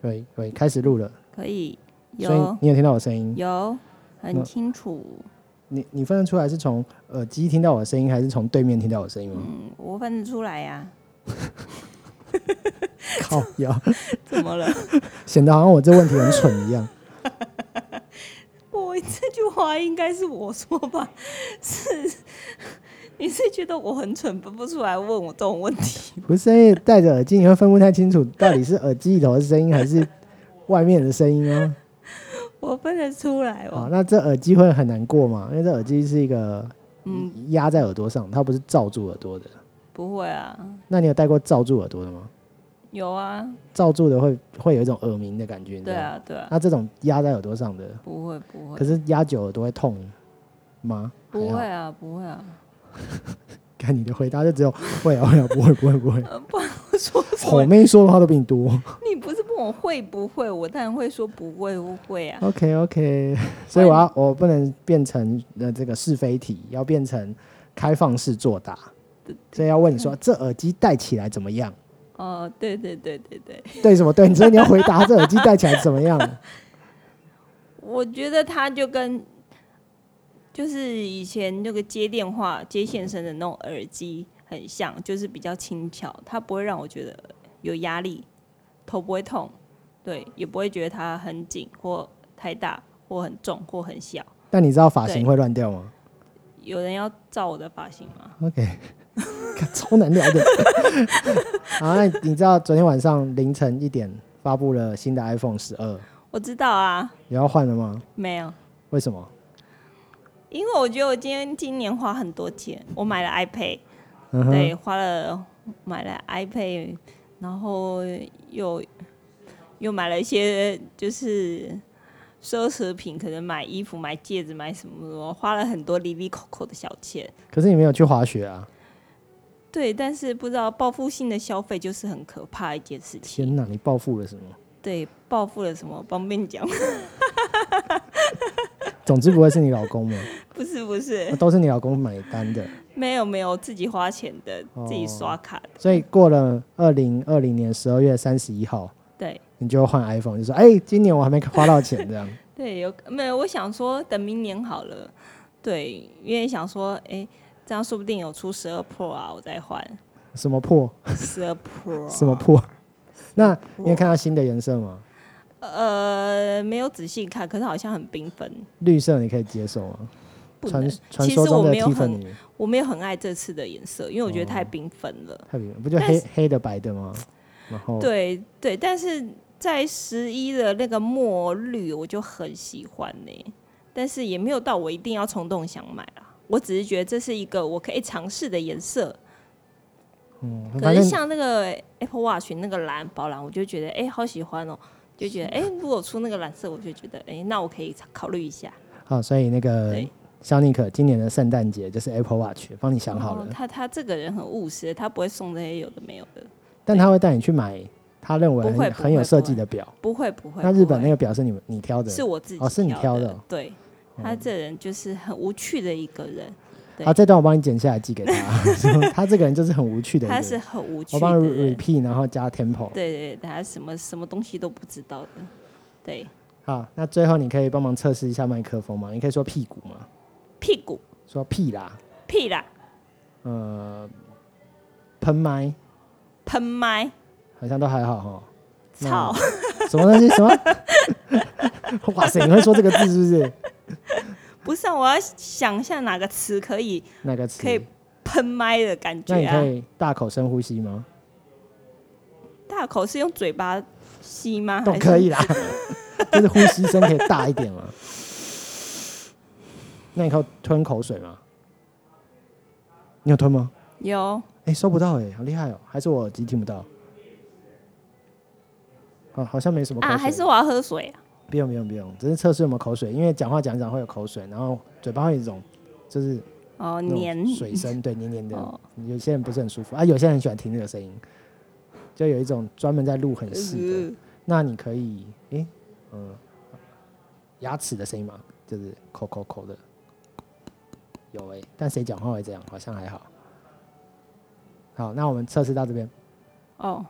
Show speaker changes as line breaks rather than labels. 可以可以，开始录了，
可以，
所以嗯
有
你有听到我声音？
有
那
很清楚，
你你分得出来是从耳机听到我的声音，还是从对面听到我的声音吗？
嗯，我分得出来呀、
靠腰，
怎么了？
显得好像我这问题很蠢一样。
我这句话应该是我说吧？是， 你是觉得我很蠢，分不出来问我这种问题？
不是，哎因为戴着耳机你会分不太清楚到底是耳机里头的声音还是外面的声音 哦。
我分得出来
好，
哦，
那这耳机会很难过嘛？因为这耳机是一个
嗯，
压在耳朵上，它不是罩住耳朵的。
不会啊，
那你有戴过罩住耳朵的吗？
有啊，
罩住的会会有一种耳鸣的感觉，你知
对
道吗？
啊，对啊，
那这种压在耳朵上的，
不会不
可
会，
是压久耳朵会痛吗？
不
还
会
好。
啊，不会啊，
看你的回答就只有会啊会啊，不会不会不会。
呃不然我 说什
好
么？
妹说的话都比你多。
你不是问我会不会？我当然会说不会不会啊，
OK OK，所以我要我不能变成呃这个是非题，要变成开放式作答。所以要问你说这耳机戴起来怎么样？
哦，对对对对对。
对什么对？所以你要回答这耳机戴起来怎么样？
我觉得它就跟就是以前那个接电话、接线生的那种耳机很像，就是比较轻巧，它不会让我觉得有压力，头不会痛，对，也不会觉得它很紧或太大或很重或很小。
但你知道发型会乱掉吗
有人要照我的发型吗？
？OK，看 超难聊的。 好，那你知道昨天晚上凌晨一点发布了新的 iPhone 十二，
我知道啊，
你要换了吗？
没有，
为什么？
因为我觉得我今天今年花很多钱，我买了 iPad。
嗯哼，
对，花了买了 iPad，然后又又买了一些就是奢侈品，可能买衣服、买戒指、买什么什么，花了很多里里扣扣的小钱。
可是你没有去滑雪啊！
对，但是不知道报复性的消费就是很可怕的一件事情。
天哪，你报复了什么？
对，报复了什么？方便讲？
总之不会是你老公吗？
不是不是
那， 都是你老公买单的，
没有没有，自己花钱的，自己
哦
刷卡的。
所以过了二零二零年十二月三十一号，
对
你就换 iPhone，就说：“哎、今年我还没花到钱。”这样
对，有没有？我想说等明年好了，对，因为想说，哎、这样说不定有出十二 Pro 啊，我再换
什么破
十二 Pro，啊
什么？破？ 那你有看到新的颜色吗？
呃，没有仔细看，可是好像很缤纷。
绿色你可以接受吗？
不
传
能，
传
其
说
实
中
我
的
没有
Tiffany 哦
很，我没有很爱这次的颜色，因为我觉得太缤纷了。
太平不就
但
黑
是
黑的白的吗？然后
对对，但是在十一的那个墨绿，我就很喜欢呢、但是也没有到我一定要冲动想买啦。我只是觉得这是一个我可以尝试的颜色，
嗯，
可
反
能
正
像那个 Apple Watch 那个蓝宝蓝，我就觉得哎、好喜欢哦，就觉得
啊
哎、如果出那个蓝色，我就觉得哎、那我可以考虑一下。
好，所以那个
对
肖尼克今年的圣诞节就是 Apple Watch，帮你想好了
哦，他他这个人很务实，他不会送那些有的没有的，
但他会带你去买他认为
不会
很
不
很有
会
设
不
计
会
的表。
不会不会。
那日本那
个
个表是你们你挑的，
是我自己
哦是你挑的哦
的，对他这人就是很无趣的一个人，对
好，这段我帮你剪下来寄给 他。说他这个人就是很无趣的一个
他
人，
是很无趣
我帮
的
你
人，
repeat，然后加 tempo。
对对，他什么什么东西都不知道的，对
好，那最后你可以帮忙测试一下麦克风吗？你可以说屁股吗？
屁股
说屁啦，
屁啦，
呃，喷麦
喷麦
好像都还好哈。那
操。
什么东西？什么？ 哇塞，你会说这个字是不是？
不是啊，我要想一下哪个词可以
那个词？
可以喷麦的感
那
觉
你可
啊。
以大口深呼吸吗？
大口是用嘴巴吸吗？
都
还是
可 以啦，就是呼吸声可以大一点嘛。那你可以吞口水吗？你有吞吗？
有
哎、收不到哎、好厉害哦！还是我耳机听不到？哦，好像没什么口水。
啊，还是我要喝水啊？
不用不用不用，只是测试有没有口水，因为讲话讲一讲会有口水，然后嘴巴会有一种就是
哦，
那种
黏
水声，对，黏黏的。
哦
有些人不是很舒服啊，有些人很喜欢听这个声音，就有一种专门在录很细的。
呃
那你可以，诶，嗯、牙齿的声音嘛，就是口口口的，有诶，但谁讲话会这样？好像还好。好，那我们测试到这边，
哦，